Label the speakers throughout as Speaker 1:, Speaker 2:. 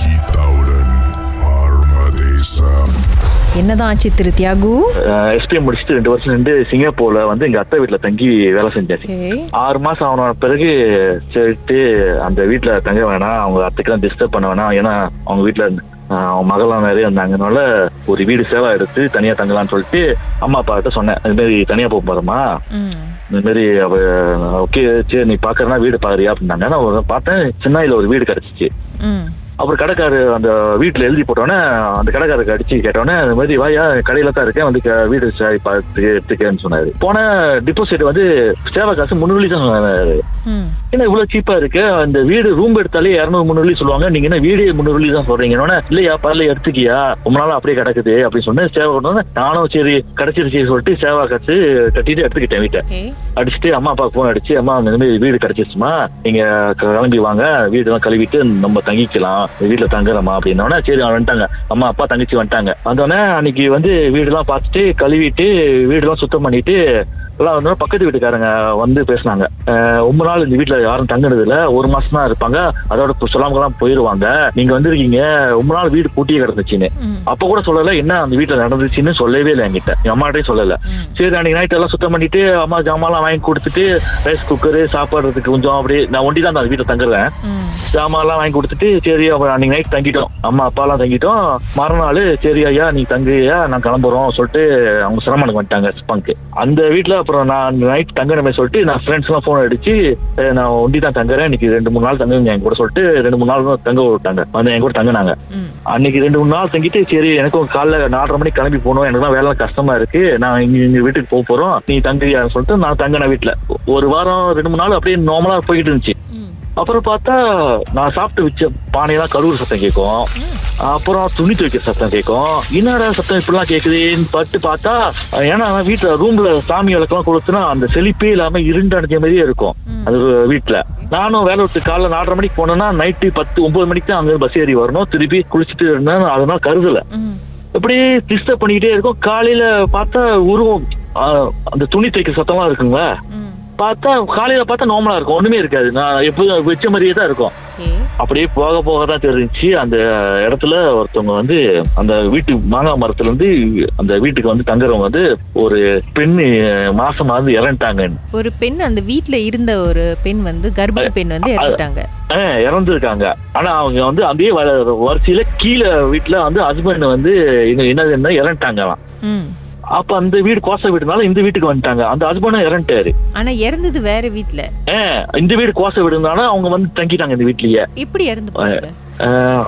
Speaker 1: கீதாவுடன் மார்மதேசம்
Speaker 2: என்னதான் ஆச்சு திரு தியாகு
Speaker 3: எஸ்பிஎம் முடிச்சுட்டு ரெண்டு வருஷம் நின்று சிங்கப்பூர்ல வந்து எங்க அத்தை வீட்டுல தங்கி வேலை செஞ்சாச்சு
Speaker 2: Okay.
Speaker 3: ஆறு மாசம் ஆன பிறகு சரிட்டு அந்த வீட்டுல தங்க வேணாம் அவங்க அத்தைக்கெல்லாம் டிஸ்டர்ப் பண்ண வேணாம் ஏன்னா அவங்க வீட்டுல ஆஹ், அவங்க மகள்லாம் நிறைய இருந்தாங்கனால ஒரு வீடு சேவா எடுத்து தனியா தங்கலாம்னு சொல்லிட்டு அம்மா அப்பா கிட்ட சொன்னேன் இது மாதிரி தனியா போக போறோமா
Speaker 2: ம்.
Speaker 3: இந்த மாதிரி அவ ஓகே சரி நீ பாக்குறனா வீடு பாக்குறியா அப்படின்னாங்க நான் ஒரு பார்த்தேன் சென்னையில ஒரு வீடு கிடைச்சிச்சு
Speaker 2: ம்.
Speaker 3: அப்புறம் கடைக்காரு அந்த வீட்டில் எழுதி போட்டோன்னே அந்த கடைக்காரருக்கு அடிச்சு கேட்டோன்னே இந்த மாதிரி வாயா கடையில தான் இருக்கேன் வந்து க- வீடு சாரி பார்த்து எடுத்துக்கன்னு சொன்னாரு போன டிபாசிட் வந்து சேவை காசு முந்நூறு வெள்ளி தான் சொன்னாரு
Speaker 2: ம்.
Speaker 3: ஏன்னா இவ்வளவு சீப்பா இருக்கு அந்த வீடு ரூம் எடுத்தாலே இரநூறு முந்நூறு சொல்லுவாங்க நீங்க என்ன வீடு முந்நூறு வெள்ளி தான் சொல்றீங்கன்னா இல்லையா பரல எடுத்துக்கியா ரொம்ப நாள் அப்படியே கிடக்குது அப்படின்னு சொன்னேன் சேவை கொண்டு நானும் சரி கிடைச்சிருச்சு சொல்லிட்டு சேவா காசு கட்டிட்டு எடுத்துக்கிட்டேன் வீட்டை
Speaker 2: Okay.
Speaker 3: அடிச்சுட்டு அம்மா அப்பாவுக்கு ஃபோன் அடிச்சு அம்மா இந்த மாதிரி வீடு கிடைச்சிருச்சுமா நீங்க கிளம்பி வாங்க வீடெல்லாம் கழுவிட்டு நம்ம தங்கிக்கலாம் வீட்டுல தங்குறமா அப்படின்னோடனே சரி அவங்க வந்துட்டாங்க அம்மா அப்பா தங்கச்சி வந்துட்டாங்க வந்தோடனே அன்னைக்கு வந்து வீடெல்லாம் பார்த்துட்டு கழுவிட்டு வீடெல்லாம் சுத்தம் பண்ணிட்டு எல்லாம் வந்து பக்கத்து வீட்டுக்காரங்க வந்து பேசினாங்க அஹ், ரொம்ப நாள் இந்த வீட்டுல யாரும் தங்குறது இல்ல ஒரு மாசம் தான் இருப்பாங்க அதோட சொல்லாமலாம் போயிருவாங்க நீங்க வந்திருக்கீங்க ரொம்ப நாள் வீடு பூட்டியே கிடந்துச்சுன்னு
Speaker 2: ம்.
Speaker 3: அப்ப கூட சொல்லல என்ன அந்த வீட்டுல நடந்துச்சுன்னு சொல்லவே இல்லை என்கிட்ட என் அம்மாட்டையும் சொல்லல
Speaker 2: ம்.
Speaker 3: சரி அன்னைக்கு நைட் எல்லாம் சுத்தம் பண்ணிட்டு அம்மா ஜாமான்லாம் வாங்கி கொடுத்துட்டு ரைஸ் குக்கரு சாப்பிட்றதுக்கு கொஞ்சம் அப்படியே நான் ஒண்டி தான் அந்த வீட்டில் தங்குறேன்
Speaker 2: ம்.
Speaker 3: ஜாமான்லாம் வாங்கி கொடுத்துட்டு சரி அப்புறம் அன்னைக்கு நைட் தங்கிட்டோம் அம்மா அப்பாலாம் தங்கிட்டோம் மறுநாள் சரி ஐயா நீ தங்குயா நான் கிளம்புறோம் சொல்லிட்டு அவங்க சிரமனுக்கு வந்துட்டாங்க ஸ்பங்க்கு அந்த வீட்டில் அப்புறம் நான் நைட் தங்கணுமே சொல்லிட்டு நான் ஃப்ரெண்ட்ஸ்லாம் ஃபோன் அடிச்சு "அஹ், நான் ஒண்டி தான் தங்குறேன் இன்னைக்கு ரெண்டு மூணு நாள் தங்குங்க என் கூட சொல்லிட்டு ரெண்டு மூணு நாள் தங்க விட்டாங்க வந்து என் கூட தங்கினாங்க
Speaker 2: ம்.
Speaker 3: அன்னைக்கு ரெண்டு மூணு நாள் தங்கிட்டு சரி எனக்கும் காலைல நாலரை மணிக்கு கிளம்பி போகணும் எனக்கு தான் வேலை கஷ்டமா இருக்கு நான் இங்க இங்க வீட்டுக்கு போக போறோம் நீ தங்குறியான்னு சொல்லிட்டு நான் தங்கினேன் வீட்டுல ஒரு வாரம் ரெண்டு மூணு நாள் அப்படியே நார்மலா போயிட்டு இருந்துச்சு
Speaker 2: ம்.
Speaker 3: அப்புறம் பார்த்தா நான் சாப்பிட்டு வச்ச பானையெல்லாம் கருவுற சத்தம் கேட்கும் அப்புறம் துணி துவைக்கிற சத்தம் கேட்கும் என்னடா சத்தம் இப்படிலாம் கேட்குதுன்னு பட்டு பார்த்தா ஏன்னா வீட்டுல ரூம்ல சாமி விளக்கெல்லாம் கொடுத்துனா அந்த செழிப்பே இல்லாம இருண்டு அடைஞ்ச மாதிரியே இருக்கும்
Speaker 2: ம்.
Speaker 3: அது வீட்டுல நானும் வேலை விட்டு காலைல நாலரை மணிக்கு போனேன்னா நைட்டு பத்து ஒன்பது மணிக்கு தான் அங்க பஸ் ஏறி வரணும் திருப்பி குளிச்சுட்டு இருந்தேன் அதனால கருதல
Speaker 2: ம்.
Speaker 3: அப்படியே டிஸ்டர்ப் பண்ணிக்கிட்டே இருக்கும் காலையில பார்த்தா உருவம் ஆ, அந்த துணி தைக்க சத்தமா இருக்குங்களா
Speaker 2: ம்.
Speaker 3: பார்த்தா காலையில பார்த்தா நார்மலா இருக்கும் ஒண்ணுமே இருக்காது நான் எப்போதும் வச்ச மாதிரியே தான் இருக்கும்
Speaker 2: Okay.
Speaker 3: அப்படியே போக போக தான் தெரிஞ்சுச்சு அந்த இடத்துல ஒருத்தவங்க வந்து அந்த வீட்டு மாங்காய் மரத்துல இருந்து அந்த வீட்டுக்கு வந்து தங்குறவங்க வந்து ஒரு பெண் மாசமா வந்து இறந்துட்டாங்கன்னு
Speaker 2: ஒரு பெண் அந்த வீட்ல இருந்த ஒரு பெண் வந்து கர்ப்பிணி பெண் வந்து இறந்துட்டாங்க
Speaker 3: ஆ, இறந்துருக்காங்க ஆனா அவங்க வந்து அதே வ- வரிசையில கீழே வீட்டுல வந்து ஹஸ்பண்ட் வந்து என்ன என்னதுன்னா இறந்துட்டாங்களாம்
Speaker 2: ம்.
Speaker 3: அப்ப அந்த வீடு கோசை வீடுனால இந்த வீட்டுக்கு வந்துட்டாங்க அந்த ஹஸ்பண்டும் இறந்துட்டாரு
Speaker 2: ஆனா இறந்தது வேற வீட்ல
Speaker 3: ஆ, இந்த வீடு கோசை வீடுனால அவங்க வந்து தங்கிட்டாங்க இந்த வீட்லயே
Speaker 2: எப்படி இறந்து போனாங்க
Speaker 3: ஆ,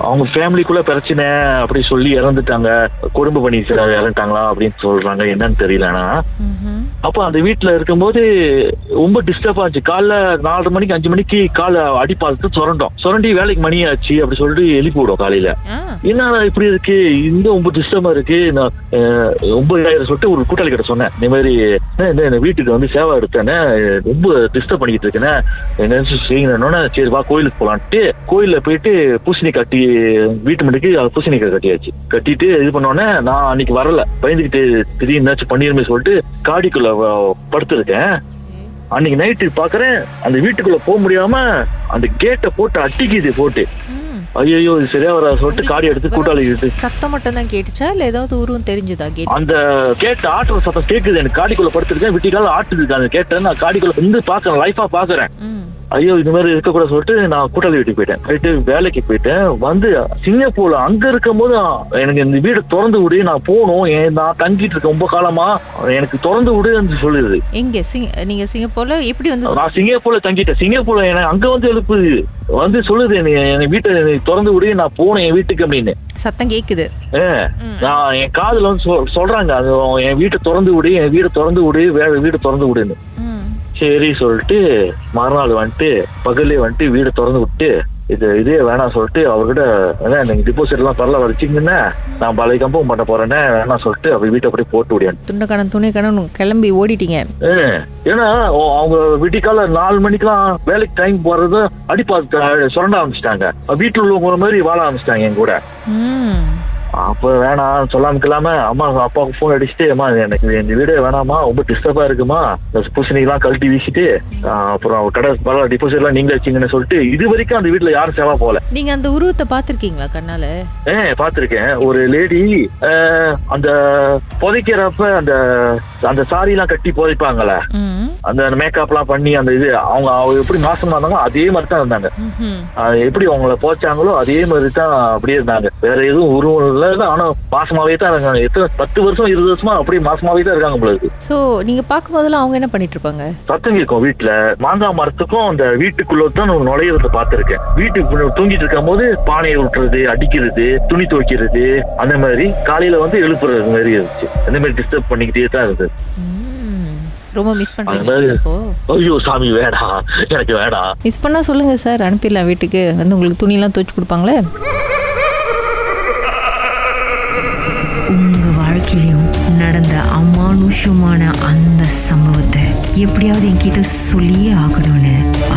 Speaker 3: அவங்க ஃபேமிலிக்குள்ள பிரச்சனை அப்படி சொல்லி இறந்துட்டாங்க குடும்ப பணி சில இறந்துட்டாங்களா அப்படின்னு சொல்றாங்க என்னன்னு தெரியல ஆனா
Speaker 2: ம்ஹும்.
Speaker 3: அப்ப அந்த வீட்டுல இருக்கும்போது ரொம்ப டிஸ்டர்ப் ஆச்சு காலைல நாலரை மணிக்கு அஞ்சு மணிக்கு காலை அடிப்பாத்து சுரண்டோம் சுரண்டி வேலைக்கு மணி ஆச்சு அப்படி சொல்லிட்டு எழுப்பி விடும் காலையில
Speaker 2: ஆ.
Speaker 3: என்னடா இப்படி இருக்கு இந்த ரொம்ப டிஸ்டர்பா இருக்கு நான் அஹ், ரொம்ப இதாயிரம் சொல்லிட்டு ஒரு கூட்டாளி கிட்ட சொன்னேன் இந்த மாதிரி அண்ணே, இந்த இந்த வீட்டுக்கு வந்து சேவை எடுத்தேனே ரொம்ப டிஸ்டர்ப் பண்ணிக்கிட்டு இருக்கேனே என்ன செய்யணும்னா சரி வா கோயிலுக்கு போலான்ட்டு கோயில்ல போயிட்டு பூசணி கட்டி வீட்டு முன்னுக்கு பூசணி கட்டியாச்சு கட்டிட்டு இது பண்ணோடனே நான் அன்னைக்கு வரல பயந்துக்கிட்டு திடீர்னு என்னாச்சும் பண்ணிருமே சொல்லிட்டு காடிக்குள்ள வ- படுத்திருக்கேன் அன்னைக்கு நைட்டு பாக்குறேன் அந்த வீட்டுக்குள்ள போக முடியாம அந்த கேட்டை போட்டு அட்டிக்குது போட்டு
Speaker 2: ம்.
Speaker 3: ஐயோ இது சரியா வராது சொல்லிட்டு காடி எடுத்து கூட்டாளி எடுத்து
Speaker 2: சத்தம் மட்டும் தான் கேட்டுச்சா இல்ல ஏதாவது உருவம் தெரிஞ்சுதா கேட்டு
Speaker 3: அந்த கேட் ஆட்டுற சத்தம் கேக்குது எனக்கு காடிக்குள்ள படுத்திருக்கேன் விட்டிக்கால ஆட்டுது அந்த கேட்டை நான் காடிக்குள்ள இருந்து பாக்குறேன் லைஃபா பாக்குறேன்
Speaker 2: ம்.
Speaker 3: ஐயோ இது மாதிரி இருக்கக்கூடாது சொல்லிட்டு நான் கூட்டாளி வீட்டுக்கு போயிட்டேன் போயிட்டு வேலைக்கு போயிட்டேன் வந்து சிங்கப்பூர்ல அங்க இருக்கும் போது எனக்கு இந்த வீடு திறந்து விடு நான் போகணும் ஏன் நான் தங்கிட்டு இருக்கேன் ரொம்ப காலமா எனக்கு திறந்து விடுன்னு சொல்லுது
Speaker 2: எங்க சிங்க நீங்க சிங்கப்பூர்ல எப்படி வந்து
Speaker 3: நான் சிங்கப்பூர்ல தங்கிட்டேன் சிங்கப்பூர்ல எனக்கு அங்க வந்து எழுப்புது வந்து சொல்லுது என்னை, என் வீட்டை நீ திறந்து விடு நான் போகணும் என் வீட்டுக்கு அப்படின்னு
Speaker 2: சத்தம் கேக்குது
Speaker 3: ஏன்
Speaker 2: ம்.
Speaker 3: நான் என் காதுல வந்து சொல்- சொல்றாங்க அது என் வீட்டை திறந்து விடு என் வீடை திறந்து விடு வேற வீடு திறந்து விடுன்னு
Speaker 2: ம்.
Speaker 3: சரி சொல்லிட்டு மறுநாள் வந்துட்டு பகல்லே வந்துட்டு வீடை திறந்து விட்டு இது இதே வேணாம் சொல்லிட்டு அவர்கிட்ட "அண்ணே, நீங்க டிபாசிட் எல்லாம் பரல வச்சுங்கன்னா நான் பழைய கம்பவும் பண்ண போறேன்னு வேணாம் சொல்லிட்டு அப்படி வீட்டை அப்படியே போட்டு விடியான்
Speaker 2: துண்டக்கணம் துணைக்கணம் கிளம்பி ஓடிட்டீங்க
Speaker 3: ஏன்னா அவ- அவங்க விடிக்கால நாலு மணிக்கெல்லாம் வேலைக்கு டைம் போறது அடிப்பா சுரண்ட ஆரம்பிச்சிட்டாங்க வீட்டுல உள்ளவங்க மாதிரி வாழ ஆரம்பிச்சிட்டாங்க என் கூட
Speaker 2: ம்.
Speaker 3: அப்ப வேணாம் சொல்லாம இல்லாம அம்மா அப்பாவுக்கு ஃபோன் அடிச்சுட்டு அம்மா எனக்கு இந்த வீடே வேணாம்மா ரொம்ப டிஸ்டர்பா இருக்குமா இந்த பூசணிக்கெல்லாம் கழட்டி வீசிட்டு ஆஹ், அப்புறம் கடை பரவாயில்ல டிபாசிட் எல்லாம் நீங்களே வச்சீங்கன்னு சொல்லிட்டு இது வரைக்கும் அந்த வீட்டுல யாரும் சேவா போகல
Speaker 2: நீங்க அந்த உருவத்தை பாத்திருக்கீங்களா கண்ணால
Speaker 3: ஏ பாத்திருக்கேன் ஒரு லேடி அந்த புதைக்கிறப்ப அந்த அந்த சாரி எல்லாம் கட்டி புதைப்பாங்கல்ல
Speaker 2: ம்
Speaker 3: அந்த மேக்கப்லாம் பண்ணி அந்த இது அவங்க அவங்க எப்படி நாசமா இருந்தாங்களோ அதே மாதிரி தான் இருந்தாங்க
Speaker 2: ம்ஹும்.
Speaker 3: அது எப்படி அவங்கள போச்சாங்களோ அதே மாதிரி தான் அப்படியே இருந்தாங்க வேற எதுவும் உருவம் இல்லை ஆனா மாசமாவே தான் இருக்காங்க எத்தனை பத்து வருஷம் இருபது வருஷமா அப்படியே மாசமாவே தான் இருக்காங்க உங்களுக்கு
Speaker 2: சோ நீங்க பார்க்கும் போதெல்லாம் அவங்க என்ன பண்ணிட்டு இருப்பாங்க
Speaker 3: சத்தம் கேட்கும் வீட்டுல மாங்காய் மரத்துக்கும் அந்த வீட்டுக்குள்ள தான் நான் நுழையிறத பார்த்திருக்கேன் வீட்டுக்கு தூங்கிட்டு இருக்கும் போது பானையை விட்டுறது அடிக்கிறது துணி துவைக்கிறது அந்த மாதிரி காலையில வந்து எழுப்புறது மாதிரி இருந்துச்சு அந்த மாதிரி டிஸ்டர்ப் பண்ணிக்கிட்டே தான் இருந்தது
Speaker 2: ம். ரொம்ப மிஸ்
Speaker 3: அது மாதிரி-
Speaker 2: பண்றீங்க இப்போ
Speaker 3: ஐயோ சாமி வேணாம் எனக்கு வேணாம்
Speaker 2: மிஸ் பண்ணா சொல்லுங்க சார் அனுப்பிடலாம் வீட்டுக்கு வந்து உங்களுக்கு துணியெல்லாம் துவைச்சு கொடுப்பாங்களே
Speaker 4: உங்க வாழ்க்கையிலும் நடந்த அமானுஷ்யமான அந்த சம்பவத்தை எப்படியாவது என்கிட்ட சொல்லியே ஆகணும்னு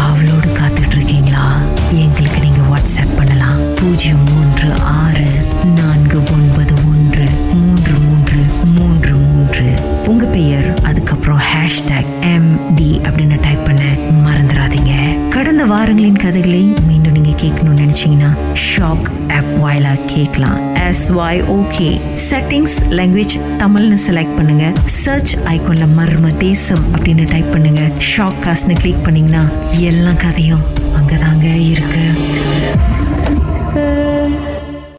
Speaker 4: அவளோடு காத்துட்டு இருக்கீங்களா எங்களுக்கு நீங்க வாட்ஸ்அப் பண்ணலாம் பூஜ்ஜியம் மூன்று ஆறு நான்கு ஒன்பது ஒன்று மூன்று மூன்று மூன்று மூன்று உங்க பெயர் அதுக்கப்புறம் ஹேஷ்டாக் எம் டி அப்படின்னு டைப் பண்ண மறந்துடாதீங்க கடந்த வாரங்களின் கதைகளை மீண்டும் நீங்க கேட்கணும்னு நினைச்சீங்கன்னா ஷாக் ஆப் வாயிலா கேட்கலாம் S Y O K settings language தமிழ்னு செலக்ட் பண்ணுங்க சர்ச் ஐக்கோன்ல மர்ம தேசம் அப்படின்னு டைப் பண்ணுங்க ஷாக் காஸ்ட்னு கிளிக் பண்ணீங்கன்னா எல்லா கதையும் அங்கதாங்க இருக்கு